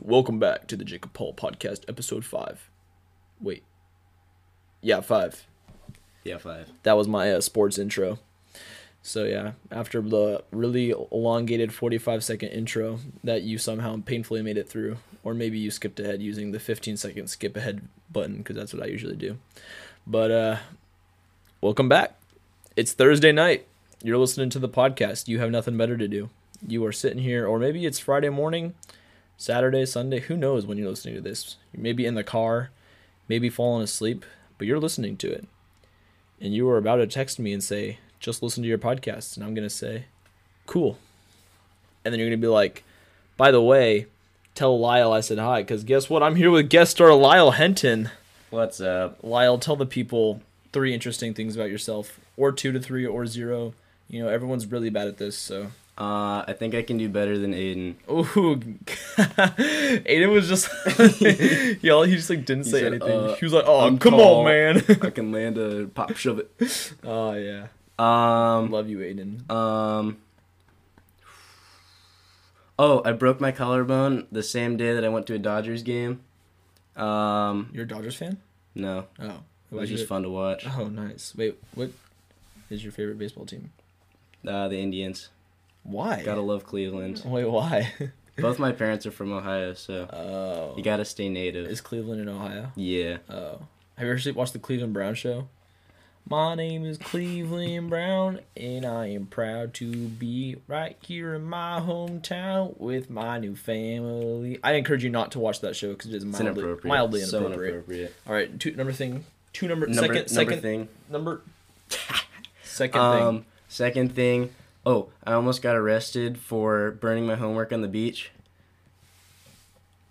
Welcome back to the Jacob Paul Podcast, episode five. Wait, yeah, five. Yeah, five. That was my uh, sports intro. So yeah, after the really elongated forty-five second intro that you somehow painfully made it through, or maybe you skipped ahead using the fifteen second skip ahead button because that's what I usually do. But uh, welcome back. It's Thursday night. You're listening to the podcast. You have nothing better to do. You are sitting here, or maybe it's Friday morning, Saturday, Sunday. Who knows when you're listening to this? You may be in the car, maybe falling asleep, but you're listening to it. And you were about to text me and say, just listen to your podcast. And I'm going to say, cool. And then you're going to be like, by the way, tell Lyle I said hi. Because guess what? I'm here with guest star Lyle Henton. What's up? Lyle, tell the people three interesting things about yourself, or two to three, or zero. You know, everyone's really bad at this, so. Uh, I think I can do better than Aiden. Ooh, Aiden was just, y'all. He just like didn't say said, anything. uh, he was like, "Oh, I'm come tall." on, man." I can land a pop shove it. oh yeah, Um, love you, Aiden. um. Oh, I broke my collarbone the same day that I went to a Dodgers game. Um, You're a Dodgers fan? no, Oh, it was just fun to watch. Oh, nice. Wait, what is your favorite baseball team? Uh, the Indians. Why? Gotta love Cleveland. Wait, why? Both my parents are from Ohio, so oh, you gotta stay native. is Cleveland in Ohio? Yeah. Oh. Have you ever watched the Cleveland Brown show? My name is Cleveland Brown, and I am proud to be right here in my hometown with my new family. I encourage you not to watch that show because it is It's mildly inappropriate. mildly So inappropriate. inappropriate. All right, two, number thing, two number, Number, second number second thing. number second Um, thing. second thing, oh, I almost got arrested for burning my homework on the beach.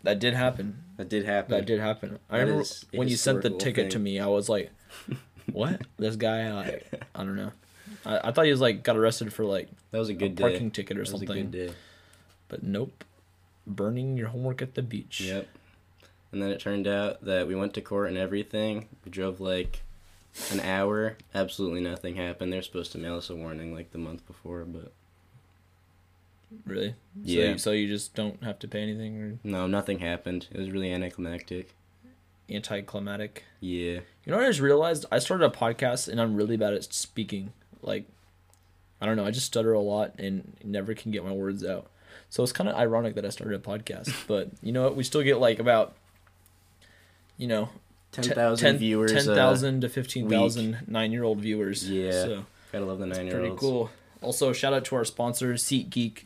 That did happen. That did happen. That did happen. I That remember is a when you sent the historical ticket to thing. me, I was like, "What? this guy? Like, I don't know." I, I thought he was like got arrested for like That was a good a day. parking ticket or That was a something. good day. But nope. Burning your homework at the beach. Yep. And then it turned out that we went to court and everything. We drove like an hour. Absolutely nothing happened. They're supposed to mail us a warning like the month before, but Really? So Yeah. you, so you just don't have to pay anything no, nothing happened. It was really anticlimactic. or anticlimactic. Yeah. You know what I just realized? I started a podcast and I'm really bad at speaking. Like I don't know, I just stutter a lot and never can get my words out. So it's kind of ironic that I started a podcast, but you know what? We still get like about you know, te- 10,000 10 viewers. uh, 10,000 to 15,000 nine-year-old viewers. Yeah. So uh, gotta love the nine year Pretty olds. cool. Also, shout out to our sponsor, SeatGeek.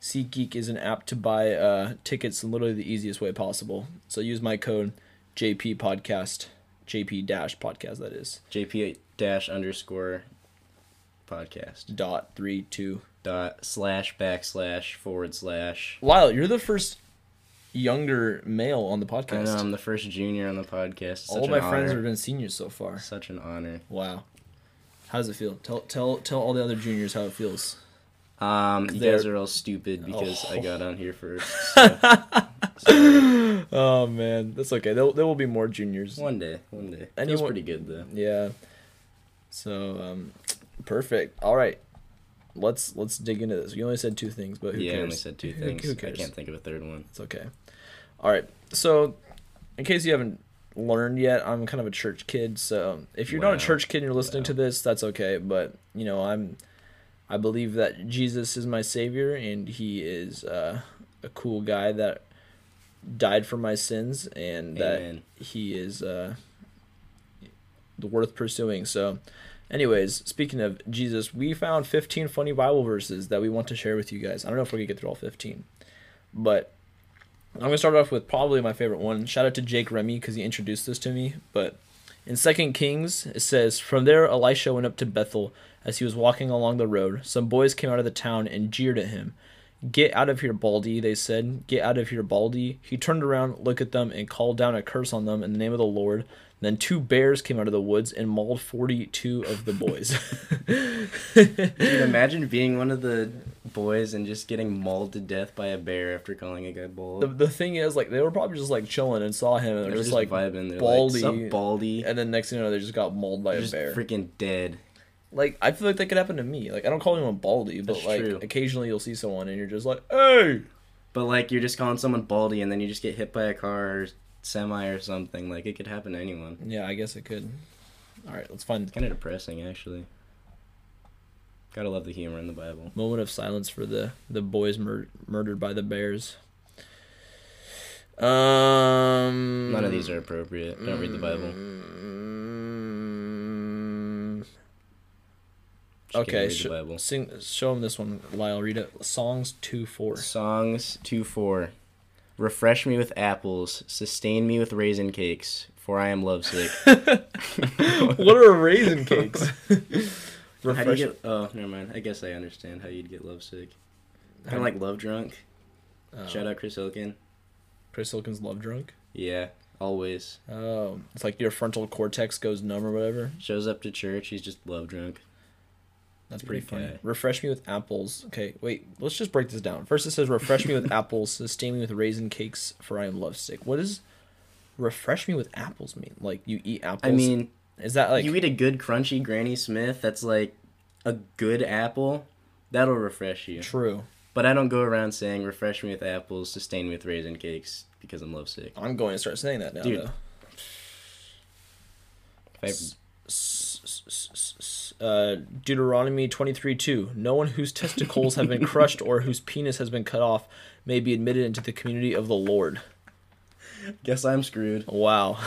SeatGeek is an app to buy uh, tickets in literally the easiest way possible. So use my code JP Podcast, JP Dash Podcast. That is JP dash underscore podcast. dot three two. dot slash backslash forward slash. Lyle, you're the first younger male on the podcast. I know I'm the first junior on the podcast. It's All such my an friends honor. have been seniors so far. such an honor. Wow. How does it feel? Tell tell tell all the other juniors how it feels. Um, you They're- guys are all stupid because I Oh. got on here first. So. Sorry. Oh man, that's okay. There, there will be more juniors. One day, one day. That was Anyone- pretty good though. Yeah. So um perfect. All right. Let's let's dig into this. You only said two things, but who yeah, cares? I only said two Who- things. Who I cares? can't think of a third one. It's okay. All right. So in case you haven't learned yet, I'm kind of a church kid, so if you're not Wow. a church kid and you're listening to this, that's okay, but you know, I'm I believe that Jesus is my savior and he is uh, a cool guy that died for my sins and Amen. that he is uh, the worth pursuing. So, anyways, speaking of Jesus, we found 15 funny Bible verses that we want to share with you guys. I don't know if we're going to get through all 15, but I'm going to start off with probably my favorite one. Shout out to Jake Remy because he introduced this to me. But in Second Kings, it says, From there, Elisha went up to Bethel. As he was walking along the road, some boys came out of the town and jeered at him. Get out of here, Baldy, they said. Get out of here, Baldy. He turned around, looked at them, and called down a curse on them in the name of the Lord. Then two bears came out of the woods and mauled 42 of the boys. Dude, imagine being one of the boys and just getting mauled to death by a bear after calling a guy bald. the, the thing is, like, they were probably just, like, chilling and saw him, and They they're were just, like, vibing. They're Baldy. like, "Sup, Baldy. and then next thing you know, they just got mauled by They're a just bear. freaking dead. Like I feel like that could happen to me. Like I don't call anyone baldy, but That's like true. occasionally you'll see someone and you're just like, hey. But like you're just calling someone baldy, and then you just get hit by a car or semi or something. Like it could happen to anyone. Yeah, I guess it could. All right, let's find Kind of depressing, actually. Gotta love the humor in the Bible. moment of silence for the the boys mur- murdered by the bears. Um, None of these are appropriate. Don't read the Bible. Mm, Just kidding, okay, read sh- the Bible. sing, show him this one, Lyle. Read it. Songs two four. Songs two four. Refresh me with apples, sustain me with raisin cakes, for I am lovesick. what are raisin cakes? how do you Refresh- get? Oh, never mind. I guess I understand how you'd get lovesick. Kind of like love drunk. Oh, Shout out Chris Hilkin. Chris Hilkin's love drunk. Yeah, always Oh, it's like your frontal cortex goes numb or whatever. shows up to church. He's just love drunk. That's pretty funny. Okay. Refresh me with apples. Okay, wait. Let's just break this down. First, it says refresh me with apples, sustain me with raisin cakes, for I am lovesick. What does refresh me with apples mean? Like you eat apples? I mean, is that like you eat a good crunchy Granny Smith. That's like a good apple. That'll refresh you. true? But I don't go around saying refresh me with apples, sustain me with raisin cakes because I'm lovesick. I'm going to start saying that now. Dude. Though. If I S- s- s- s- uh, Deuteronomy 23:2 No one whose testicles have been crushed or whose penis has been cut off may be admitted into the community of the Lord. Guess I'm screwed. Wow.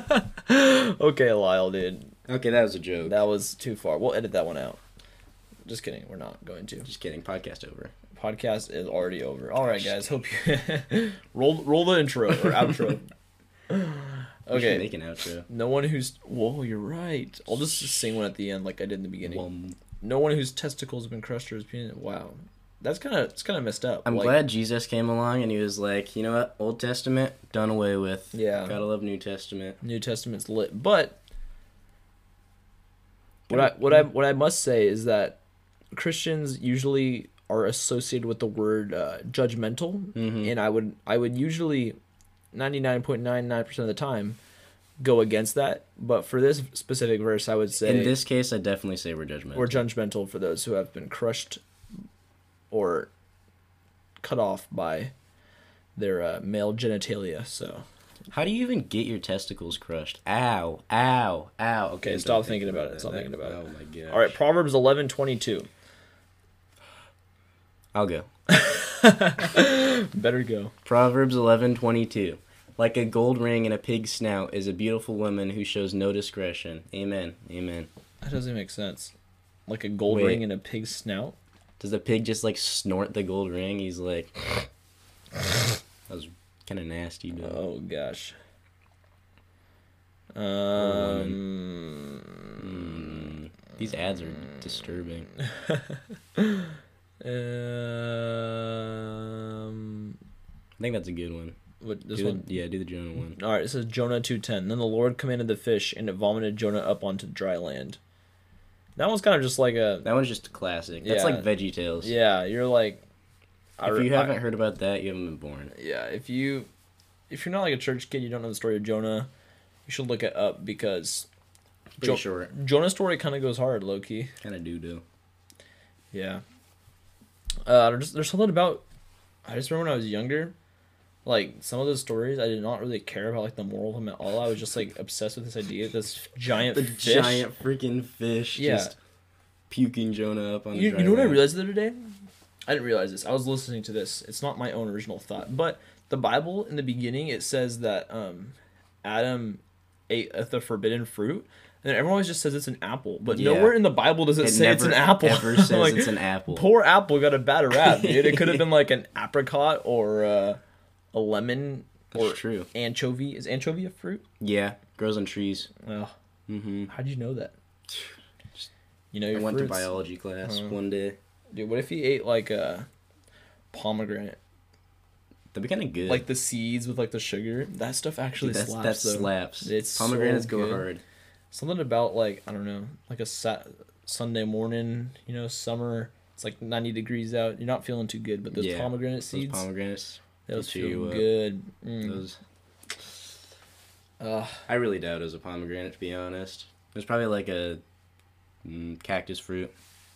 okay, Lyle, dude. Okay, that was a joke. That was too far. We'll edit that one out. Just kidding. We're not going to. Just kidding. Podcast over. Podcast is already over. All right, guys. Hope you roll roll the intro or outro. We should Okay. Make an outro. No one who's whoa, you're right. I'll just sing one at the end like I did in the beginning. Wum. no one whose testicles have been crushed or his penis. Wow, that's kind of it's kind of messed up. I'm Like, glad Jesus came along and he was like, you know what? Old Testament done away with. Yeah. Gotta love New Testament. New Testament's lit, but what I what I what I must say is that Christians usually are associated with the word uh, judgmental, and I would I would usually ninety nine point nine nine percent of the time go against that. But for this specific verse, I would say In this case, I definitely say we're judgmental. or judgmental for those who have been crushed or cut off by their uh, male genitalia. So How do you even get your testicles crushed? Ow, ow, ow. Okay, Okay, don't stop think thinking about it, stop That- thinking about it. Oh my god. all right, Proverbs eleven twenty two. I'll go. Better go. Proverbs 11:22. Like a gold ring in a pig's snout is a beautiful woman who shows no discretion. Amen. Amen. That doesn't make sense. Like a gold Wait. ring in a pig's snout. Does the pig just like snort the gold ring? He's like That was kind of nasty, dude. Oh gosh. woman. Um, Mm. These ads are disturbing. um, I think that's a good one. what this Do one? The, yeah, do the Jonah one. All right, it says Jonah two ten. Then the Lord commanded the fish, and it vomited Jonah up onto dry land. That one's kind of just like a That one's just a classic. That's Yeah. like Veggie Tales. yeah. You're like, I If re- you I- haven't heard about that, you haven't been born. yeah. If you if you're not like a church kid, you don't know the story of Jonah. You should look it up because Pretty Jo- short. Jonah's story kind of goes hard, low key. Kind of doo doo. Yeah. Uh, there's, there's something about. I just remember when I was younger, like some of those stories, I did not really care about like the moral of them at all. I was just like obsessed with this idea, this giant The fish. giant freaking fish Yeah. just puking Jonah up on the You, dry you know what I land. realized the other day? I didn't realize this. I was listening to this. It's not my own original thought, but the Bible in the beginning it says that um, Adam ate of the forbidden fruit, and everyone always just says it's an apple. But Yeah. nowhere in the Bible does it, say it's an apple. Ever I'm says like, it's an apple. Poor apple got a bad rap, dude. It could have been like an apricot or uh, a lemon That's or true. anchovy. Is anchovy a fruit? Yeah, grows on trees. Oh, Mm-hmm. how'd you know that? You know, I your went to fruits. Uh-huh. biology class one day. Dude, what if he ate like a pomegranate? That'd be kind of good. Like the seeds with like the sugar. That stuff actually Dude, that's, slaps. that though. slaps. It's so Pomegranates go good. hard. Something about like I don't know, like a sa- Sunday morning. You know, summer. It's like ninety degrees out. You're not feeling too good, but those Yeah, pomegranate Those seeds, pomegranates. they those they cheer you feel up. good. Mm. Those. Ugh. I really doubt it was a pomegranate. To be honest, it was probably like a mm, cactus fruit.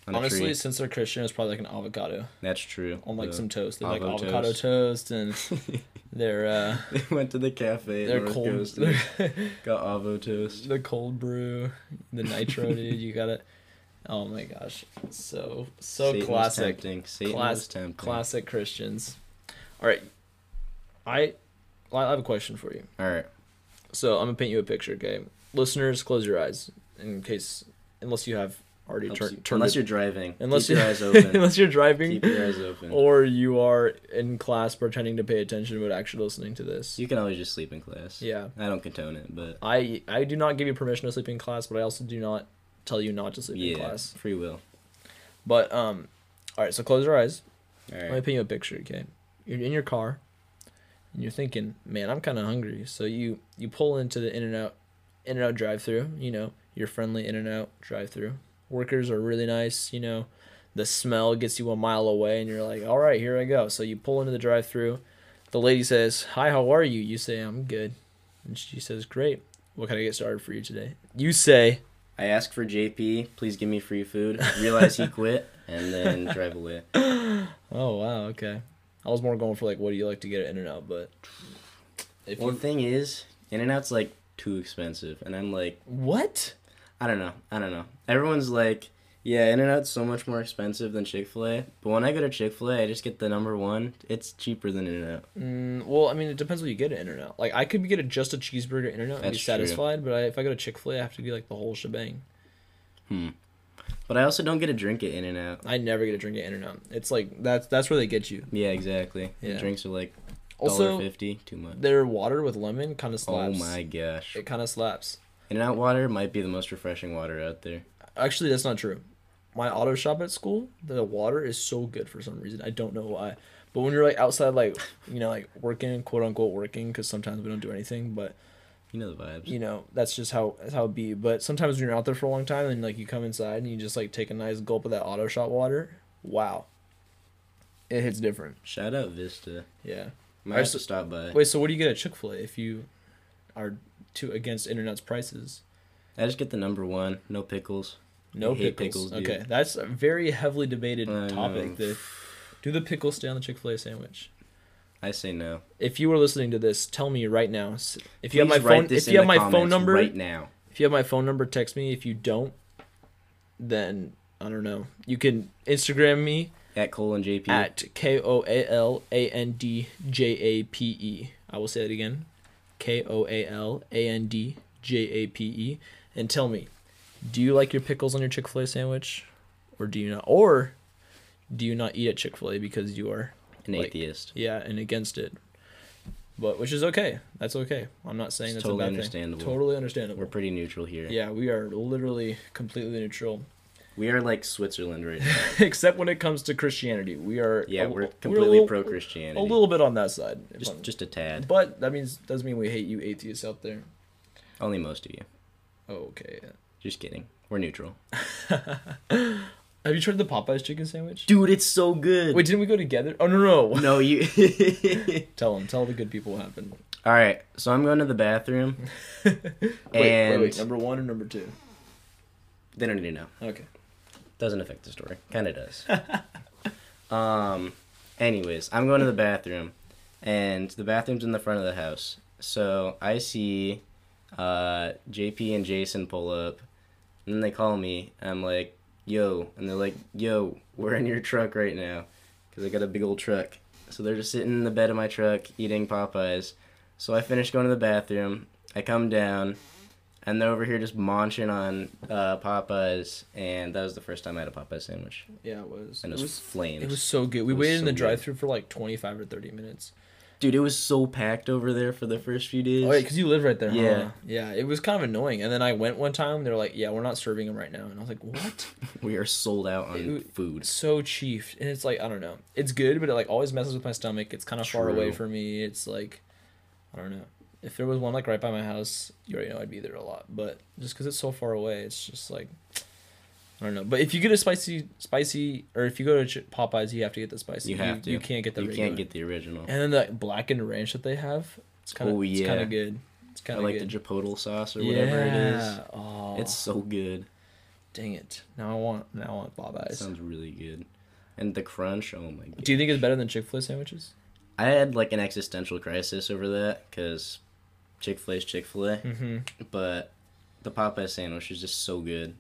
on a Honestly, tree. since they're Christian, it's probably like an avocado that's true. on like The- some toast. They're like avocado avocado toast, and they're uh, they went to the cafe. in they're North cold. Coast and They're, got avo toast. the cold brew, the nitro, dude. You got it. Oh my gosh, so so Satan was classic, tempting. Satan Class- was tempting. classic Christians. All right, I I have a question for you. All right. So I'm gonna paint you a picture, okay? Listeners, close your eyes in case, unless you have already Helps tur- you- turned. unless it- you're driving. unless Keep your you- eyes open. unless you're driving, Keep your eyes open. or you are in class pretending to pay attention but actually listening to this. you can always just sleep in class. Yeah, I don't condone it, but I I do not give you permission to sleep in class, but I also do not tell you not to sleep yeah, in class. free will. But um, all right. So close your eyes. All Let me right. paint you a picture, okay? You're in your car, and you're thinking, "Man, I'm kind of hungry." So you you pull into the In and Out, In and Out drive-through. You know, your friendly In and Out drive-through. Workers are really nice. You know, the smell gets you a mile away, and you're like, "All right, here I go." So you pull into the drive-through. The lady says, "Hi, how are you?" You say, "I'm good," and she says, "Great. What can I get started for you today?" You say, I ask for JP. Please give me free food. Realize he quit, and then drive away. "Oh wow, okay." I was more going for like, "What do you like to get at In and Out?" But if Well, you the thing is, In and Out's like too expensive, and I'm like, what? I don't know, I don't know. Everyone's like, yeah, In and Out's so much more expensive than Chick Fil A, but when I go to Chick Fil A, I just get the number one. It's cheaper than In and Out. Mm, well, I mean, it depends what you get at In-N-Out. Like, I could get a, just a cheeseburger at In-N-Out and That's be true. satisfied, but I, if I go to Chick-fil-A, I have to get, like, the whole shebang. But I also don't get a drink at In and Out. I never get a drink at In-N-Out. It's, like, that's, that's where they get you. Yeah, exactly. Yeah. The drinks are like dollar Also, fifty, too much. their water with lemon kind of Oh slaps. my gosh. It kind of slaps. In and Out water might be the most refreshing water out there. Actually, that's not true. My auto shop at school, the water is so good for some reason. I don't know why. But when you're, like, outside, like, you know, like, working, quote-unquote working, because sometimes we don't do anything, but You know the vibes. you know that's just how that's how it be but sometimes when you're out there for a long time and like you come inside and you just like take a nice gulp of that auto shot water wow it hits different Shout out Vista. yeah Might Alright, have so- to stop by. wait so what do you get at chick-fil-a if you are too against internet's prices I just get the number one, no pickles. no I hate pickles, pickles, dude. okay that's a very heavily debated I know. topic the, do the pickles stay on the chick-fil-a sandwich I say no. if you were listening to this tell me right now S- if you Please have my write phone this if in you have my the phone comments number right now. If you have my phone number, text me. If you don't, then I don't know. You can Instagram me At Cole and JP. at K O A L A N D J A P E. I will say it again K O A L A N D J A P E. And tell me, do you like your pickles on your Chick fil A sandwich? Or do you not? Or do you not eat at Chick fil A because you are, an like- atheist. yeah, and against it? But which is okay. That's okay. I'm not saying It's that's totally a bad understandable. thing. Totally understandable. We're pretty neutral here. Yeah, we are literally completely neutral, We are like Switzerland right now. except when it comes to Christianity. We are Yeah, a- we're a completely little- pro Christianity. a little bit on that side. if just I'm- just a tad. but that means doesn't mean we hate you atheists out there. Only most of you. Oh, okay. yeah. Just kidding. We're neutral. Have you tried the Popeyes chicken sandwich? Dude, it's so good. Wait, didn't we go together? Oh no no. no, you tell them, tell the good people what happened. All right, so I'm going to the bathroom, and wait, wait, wait, number one or number two? they don't need to know. Okay. Doesn't affect the story. Kind of does. um, anyways, I'm going to the bathroom, and the bathroom's in the front of the house. So I see uh, JP and Jason pull up, and then they call me. And I'm like, yo. And they're like, yo, we're in your truck right now, because I got a big old truck. So they're just sitting in the bed of my truck eating Popeyes. So I finish going to the bathroom. I come down, and they're over here just munching on uh, Popeyes. And that was the first time I had a Popeye sandwich. Yeah, it was. And it It was, was. flames. It was so good. We It was waited in so the good. drive-through for like 25 or 30 minutes. Dude, it was so packed over there for the first few days. Oh, yeah, because you live right there. Yeah. Yeah. Yeah, it was kind of annoying. And then I went one time. They're like, "Yeah, we're not serving them right now." And I was like, "What?" we are sold out on It- food. so cheap and it's like i don't know it's good but it like always messes with my stomach it's kind of far away True. from me it's like i don't know if there was one like right by my house you already know i'd be there a lot but just because it's so far away it's just like i don't know but if you get a spicy spicy or if you go to Ch- popeyes you have to get the spicy You have to. you can't get the You regular. can't get the original. and then that blackened ranch that they have it's kind of Oh, it's kind yeah. of good it's I kind of like good the chipotle sauce or whatever it is. oh It's so good. Dang it! Now I want now I want Bob That Eyes. sounds really good. And the crunch, oh my god. Do you think it's better than Chick Fil A sandwiches? I had like an existential crisis over that because Chick Fil A is Chick Fil A, Mm-hmm. but the Popeye sandwich is just so good.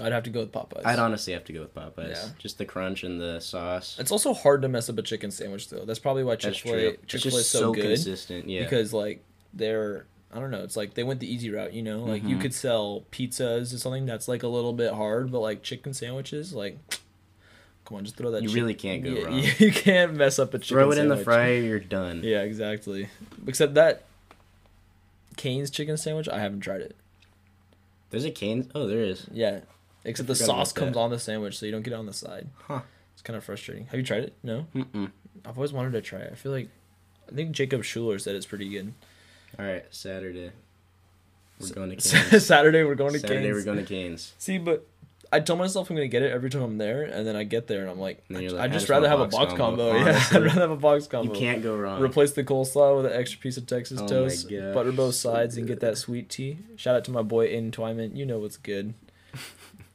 I'd have to go with Popeyes. I'd honestly have to go with Popeyes. Yeah. Just the crunch and the sauce. It's also hard to mess up a chicken sandwich though. That's probably why Chick That's Fil true. A It's Chick Fil A just is so, so, good consistent. Yeah. because like they're I don't know. It's like they went the easy route. You know, like you Mhm. could sell pizzas or something that's like a little bit hard, but like chicken sandwiches, like come on, just throw that. you chick- really can't go Yeah, wrong. You can't mess up a chicken. Throw it in the sandwich. fryer, you're done. Yeah, exactly. Except that Cane's chicken sandwich, I haven't tried it. There's a cane. Oh, there is. Yeah. Except the forgot sauce about comes that. on the sandwich, so you don't get it on the side. Huh. It's kind of frustrating. Have you tried it? No. Mm-mm. I've always wanted to try it. I feel like I think Jacob Schuler said it's pretty good. All right, Saturday. We're going to Canes. Saturday we're going to Saturday, Cane's. we're going to Canes. See, but I tell myself I'm gonna get it every time I'm there, and then I get there and I'm like, And then I- you're like, I'd I just just want rather a have a box box combo. combo, Yeah, honestly. I'd rather have a box You combo. can't go wrong. Replace the coleslaw with an extra piece of Texas Oh my toast, gosh, butter both so sides, and get good. that sweet tea. Shout out to my boy Aiden Twyman. You know what's good.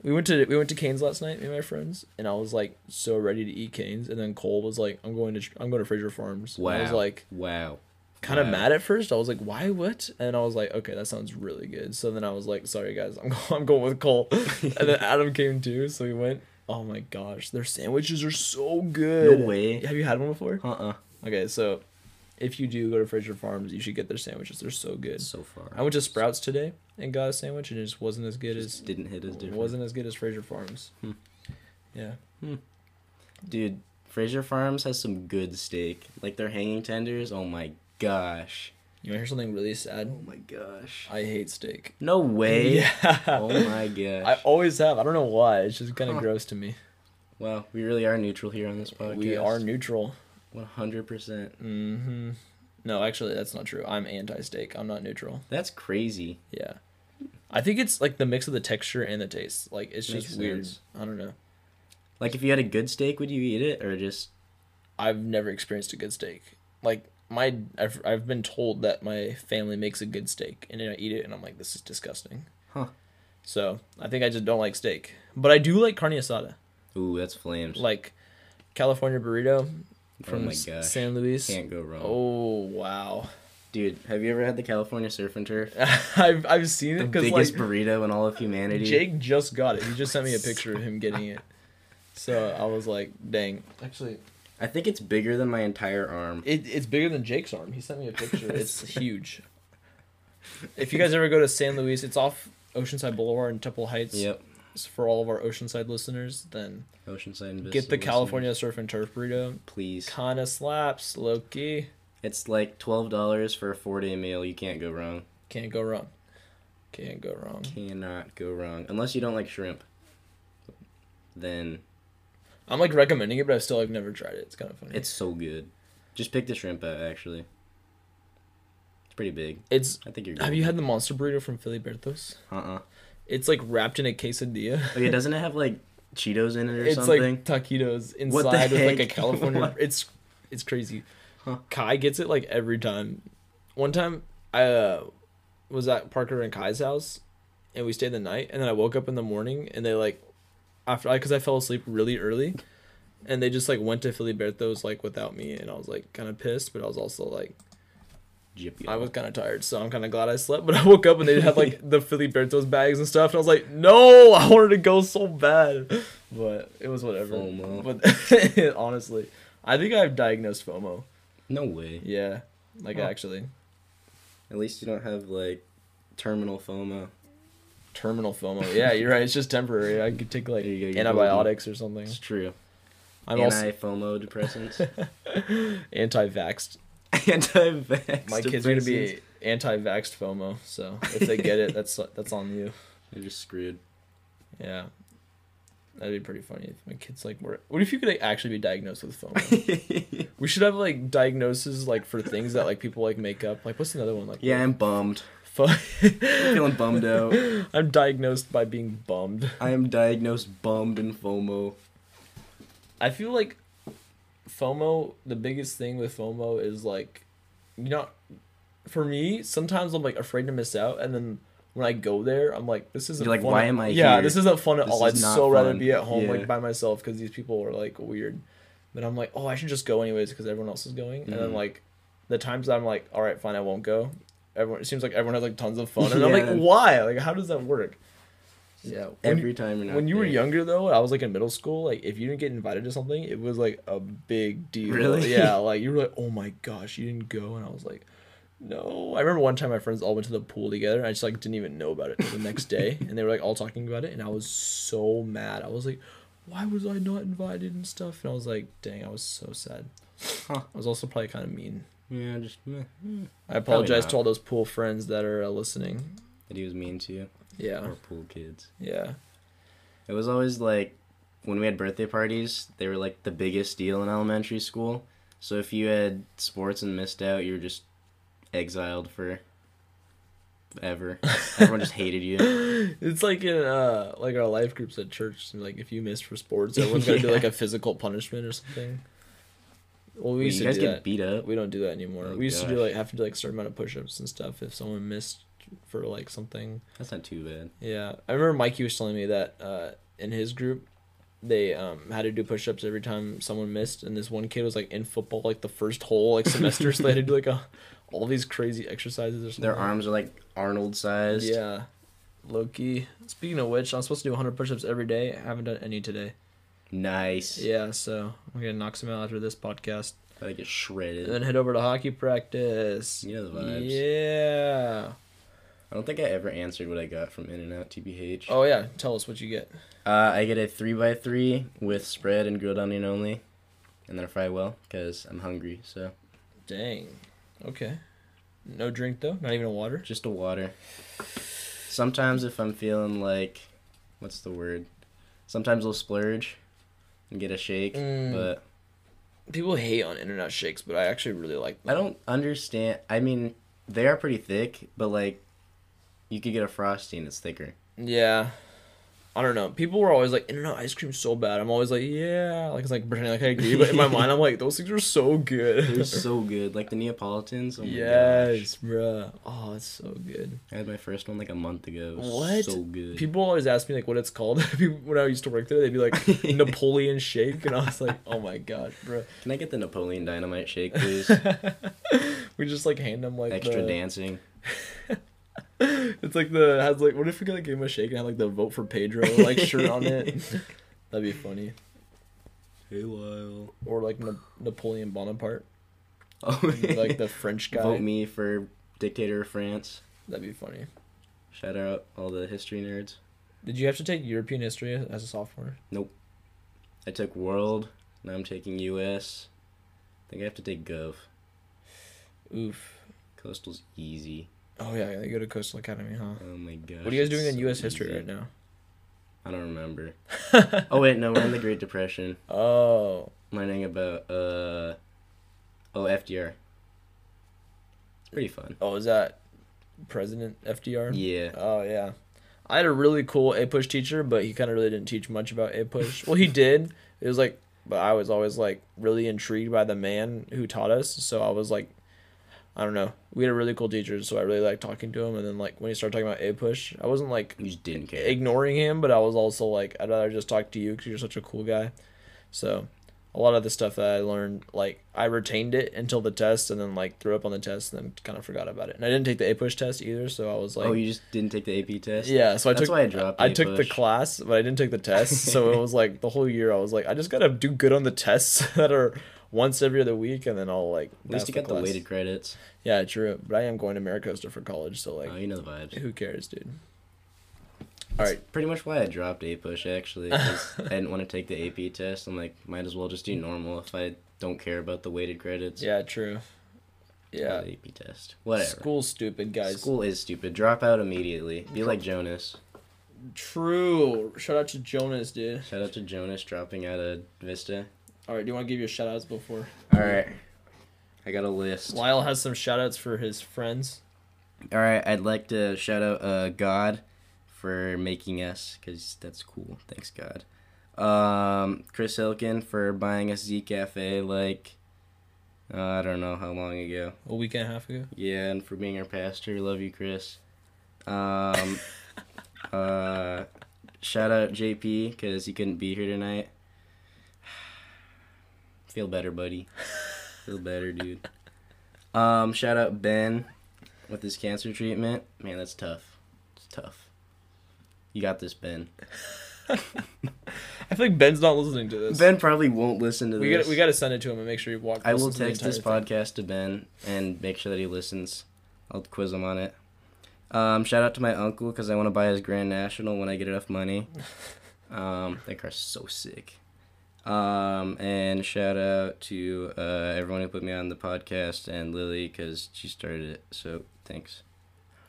we went to we went to Canes last night, me and my friends, and I was like so ready to eat Canes, and then Cole was like, "I'm going to I'm going to Fraser Farms." And wow. I was like wow. kind of Wow. mad at first. I was like, "Why? What?" And I was like, "Okay, that sounds really good." So then I was like, "Sorry guys, I'm go- I'm going with Cole." and then Adam came too, so we went. Oh my gosh, their sandwiches are so good. way. Have you had one before? Uh-uh. Okay, so if you do go to Fraser Farms, you should get their sandwiches. They're so good. So far. I went to Sprouts today and got a sandwich, and it just wasn't as good as Just didn't hit as different. wasn't as good as Fraser Farms. Hmm. Yeah, Dude, Fraser Farms has some good steak. Like their hanging tenders. Oh my gosh. Oh you want to hear something really sad? my gosh. I hate steak. No way. Yeah. Oh my gosh. I always have. I don't know why. It's just kind of Huh. gross to me. Wow, we really are neutral here on this podcast. We are neutral. one hundred percent. hmm No, actually, that's not true. I'm anti-steak. I'm not neutral. That's crazy. Yeah, I think it's like the mix of the texture and the taste. Like it's Makes just weird. sense. I don't know. Like, if you had a good steak, would you eat it or just? I've never experienced a good steak. Like my, I've, I've been told that my family makes a good steak, and then I eat it, and I'm like, this is disgusting. Huh. So I think I just don't like steak, but I do like carne asada, Ooh, that's flames. like California burrito oh from my S- gosh, San Luis. can't go wrong. Oh wow, Dude, have you ever had the California surf and turf? I've I've seen it The because biggest like burrito in all of humanity. Jake just got it. He just sent me a picture of him getting it. So I was like, dang. Actually, I think it's bigger than my entire arm. It, it's bigger than Jake's arm. He sent me a picture. It's huge. If you guys ever go to San Luis, it's off Oceanside Boulevard and Temple Heights. Yep. It's For all of our Oceanside listeners, then Oceanside. and get Vista the listeners, California Surf and Turf burrito. please. Kinda slaps, low key. It's like twelve dollars for a four-day meal. You can't go wrong. Can't go wrong. Can't go wrong. Cannot go wrong unless you don't like shrimp. Then I'm like recommending it, but I still like never tried it. It's kind of funny. It's so good. Just pick the shrimp out, actually. It's pretty big. it's. I think you're good. Have you had the monster burrito from Filiberto's? Uh-uh. It's like wrapped in a quesadilla. Oh, yeah, doesn't it have, like, Cheetos in it or it's something? like taquitos What the inside with like a heck? California. What? it's it's crazy. Huh. Kai gets it like every time. One time I uh, was at Parker and Kai's house, and we stayed the night. And then I woke up in the morning, and they like after because I fell asleep really early, and they just like went to Filiberto's like without me, and I was like kind of pissed, but I was also like Jip, I yo. was kind of tired, so I'm kind of glad I slept. But I woke up and they had like the Filiberto's bags and stuff, and I was like, no, I wanted to go so bad, but it was whatever. FOMO. But honestly, I think I've diagnosed FOMO. No way. Yeah, like Huh. actually, At least you don't have, like, terminal FOMO. terminal FOMO. Yeah, you're right. It's just temporary. I could take like There you go, you're antibiotics or something. It's true. I'm also Anti-FOMO depressants. anti-vaxxed. Anti-vax My kids are gonna depressants. be anti-vaxxed FOMO. So if they get it, that's that's on you. They're just screwed. Yeah. That'd be pretty funny if my kids like were. What if you could like, actually be diagnosed with FOMO? we should have like diagnoses like for things that like people like make up. Like what's another one like? Yeah, I'm bummed. Fo- I'm feeling bummed out. I'm diagnosed by being bummed. I am diagnosed bummed and FOMO. I feel like FOMO. The biggest thing with FOMO is like, you know, for me sometimes I'm like afraid to miss out, and then when I go there, I'm like, this isn't. You're like, fun. why am I Yeah, here? this isn't fun at This all. is I'd not so rather fun. be at home Yeah. like by myself because these people are like weird. But I'm like, oh, I should just go anyways because everyone else is going. And Mhm. then like, the times that I'm like, all right, fine, I won't go. Everyone, it seems like everyone has like tons of fun, and I'm Yeah. like, why? Like, how does that work? Yeah. When Every you, time you're not when you were there. younger though, I was like in middle school. Like, if you didn't get invited to something, it was like a big deal. Really? Yeah. Like you were like, oh my gosh, you didn't go, and I was like. No, I remember one time my friends all went to the pool together, and I just like didn't even know about it till the next day, and they were like all talking about it, and I was so mad. I was like, "Why was I not invited and stuff?" And I was like, "Dang, I was so sad." Huh. I was also probably kind of mean. Yeah, just meh. I apologize not. to all those pool friends that are uh, listening. That he was mean to you. Yeah, Or pool kids. yeah, It was always like when we had birthday parties, they were like the biggest deal in elementary school. So if you had sports and missed out, you were just exiled for ever. Everyone just hated you. it's like in uh like our life groups at church. Like if you missed for sports, everyone's gonna do Yeah. like a physical punishment or something. Well, we You used guys to do get that. beat up. We don't do that anymore. Oh, we used to do gosh. like have to do like certain amount of push-ups and stuff if someone missed for like something. That's not too bad. Yeah, I remember Mikey was telling me that uh, in his group, they um, had to do push-ups every time someone missed, and this one kid was like in football like the first whole like semester, so they had to do like a, all these crazy exercises or something. Their arms are like Arnold sized. Yeah, Loki. Speaking of which, I'm supposed to do 100 push-ups every day. I haven't done any today. Nice. Yeah, so I'm gonna knock some out after this podcast, But I get shredded. and then head over to hockey practice. You know the vibes. Yeah. I don't think I ever answered what I got from In and Out TBH. Oh yeah, tell us what you get. Uh, I get a 3x3 with spread and grilled onion only. And then I fry well because I'm hungry. So Dang. Okay. No drink though. Not even a water. just a water. Sometimes if I'm feeling like, what's the word? Sometimes I'll splurge and get a shake. Mm. But People hate on internet shakes, but I actually really like them. I don't understand. I mean, they are pretty thick, but like, you could get a frosty and it's thicker. Yeah. I don't know. People were always like, internet ice cream's so bad. I'm always like, yeah. Like, it's like pretending like I agree. But in my mind, I'm like, those things are so They're good. so good. Like the Neapolitans. Oh my gosh. yes, bruh. Oh, it's so good. I had my first one like a month ago. It was What? So good. People always ask me, like, what it's called. People- when I used to work there, they'd be like, Napoleon shake. And I was like, oh my God, bruh. Can I get the Napoleon Dynamite shake, please? we just, like, hand them, like, Extra the- dancing. It's like the has like what if we like gave him a shake and had like the vote for Pedro like shirt on it? That'd be funny. Hey, Lyle. Or like Na- Napoleon Bonaparte, Oh, like the French guy. vote me for dictator of France. That'd be funny. Shout out all the history nerds. Did you have to take European history as a sophomore? I took world. Now I'm taking U.S. I think I have to take Gov. Oof. Coastal's easy. Oh yeah, they go to Coastal Academy, huh? Oh my gosh. What are you guys it's doing in so U.S. history easy. right now? I don't remember. oh wait, no, we're in the Great Depression. Oh, Learning about uh, oh FDR. It's pretty fun. oh, is that President FDR? Yeah. Oh yeah. I had a really cool A push teacher, but he kind of really didn't teach much about A push. well, he did. It was like, but I was always like really intrigued by the man who taught us. So I was like, I don't know. We had a really cool teacher, so I really liked talking to him. And then like when he started talking about A push, I wasn't like You just didn't care. ignoring him, but I was also like, I'd rather just talk to you because you're such a cool guy. So a lot of the stuff that I learned, like I retained it until the test, and then like threw up on the test, and then kind of forgot about it. And I didn't take the A push test either, so I was like, oh, you just didn't take the AP test. yeah, so I That's took why I dropped I the took the push. class, but I didn't take the test. so it was like the whole year I was like, I just gotta do good on the tests that are once every other week, and then I'll like. At least pass you got the class. weighted credits. Yeah, true. But I am going to Maricosta for college, so like, Oh, you know the vibes. who cares, dude? All right, Pretty much why I dropped A push actually. 'cause I didn't want to take the AP test. I'm like, might as well just do normal if I don't care about the weighted credits. yeah, true. for Yeah, The AP test. Whatever. School, school's stupid, guys. is stupid. Drop out immediately. Be like Jonas. True. Shout out to Jonas, dude. Shout out to Jonas dropping out of Vista. All right, do you want to give your shout outs before? All right. I got a list. Lyle has some shout outs for his friends. All right. I'd like to shout out uh, God for making us because that's cool. Thanks, God. Um, Chris Hilkin for buying us Z Cafe like uh, I don't know how long ago. A week and a half ago. Yeah, and for being our pastor. Love you, Chris. Um, uh, shout out JP because he couldn't be here tonight. Feel better, buddy. Feel better, dude. Um, shout out Ben with his cancer treatment. Man, that's tough. It's tough. You got this, Ben. I feel like Ben's not listening to this. Ben probably won't listen to we this. got we got to send it to him and make sure he walks. I will text this podcast to Ben and make sure that he listens. I'll quiz him on it. Um, shout out to my uncle because I want to buy his Grand National when I get enough money. Um, that car's so sick. Um, and shout out to uh, everyone who put me on the podcast and Lily because she started it. So thanks.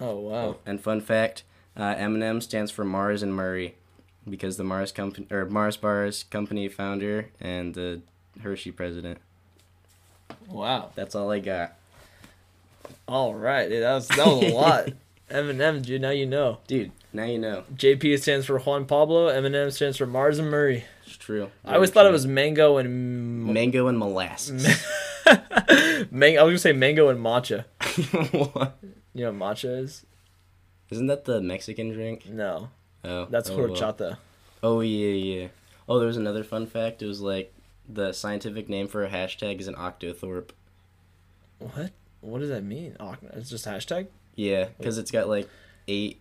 Oh wow! And fun fact, uh, M&M stands for Mars and Murray, because the Mars company or Mars Bars company founder and the Hershey president. Wow! That's all I got. All right, dude, that was that was a lot. Eminem, dude. Now you know. Dude, now you know. JP stands for Juan Pablo. Eminem stands for Mars and Murray. It's true. I always thought it was mango and ma- mango and molasses. mango. I was gonna say mango and matcha. What? You know what matcha is? Isn't that the Mexican drink? No, Oh, that's oh, well. horchata. Oh yeah, yeah. Oh, there was another fun fact. It was like the scientific name for a hashtag is an octothorpe. What? What does that mean? Oh, it's just hashtag. Yeah, because it's got like eight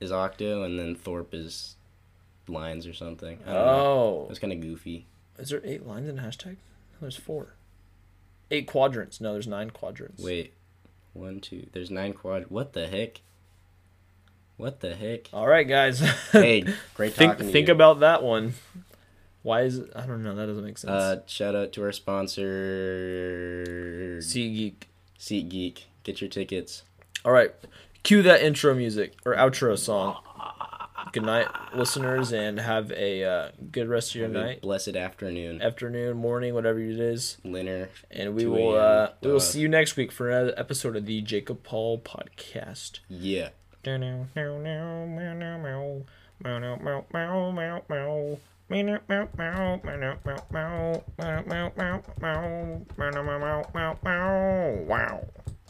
is octo and then thorpe is lines or something. I don't know. Oh, It's kind of goofy. is there eight lines in a hashtag? No, there's four. Eight quadrants. No, there's nine quadrants. Wait, one, two. There's nine quad. What the heck? What the heck? All right, guys. Hey, great think talking to think you. about that one. Why is it? I don't know. That doesn't make sense. Uh, shout out to our sponsor, Sea Geek. SeatGeek. Get your tickets. All right, cue that intro music or outro song. Good night, listeners, and have a uh, good rest of your Have a night, Blessed afternoon, afternoon, morning, whatever it is. Linner. And we 2 will uh, a.m., we will duh. see you next week for another episode of the Jacob Paul podcast. Yeah. Wow.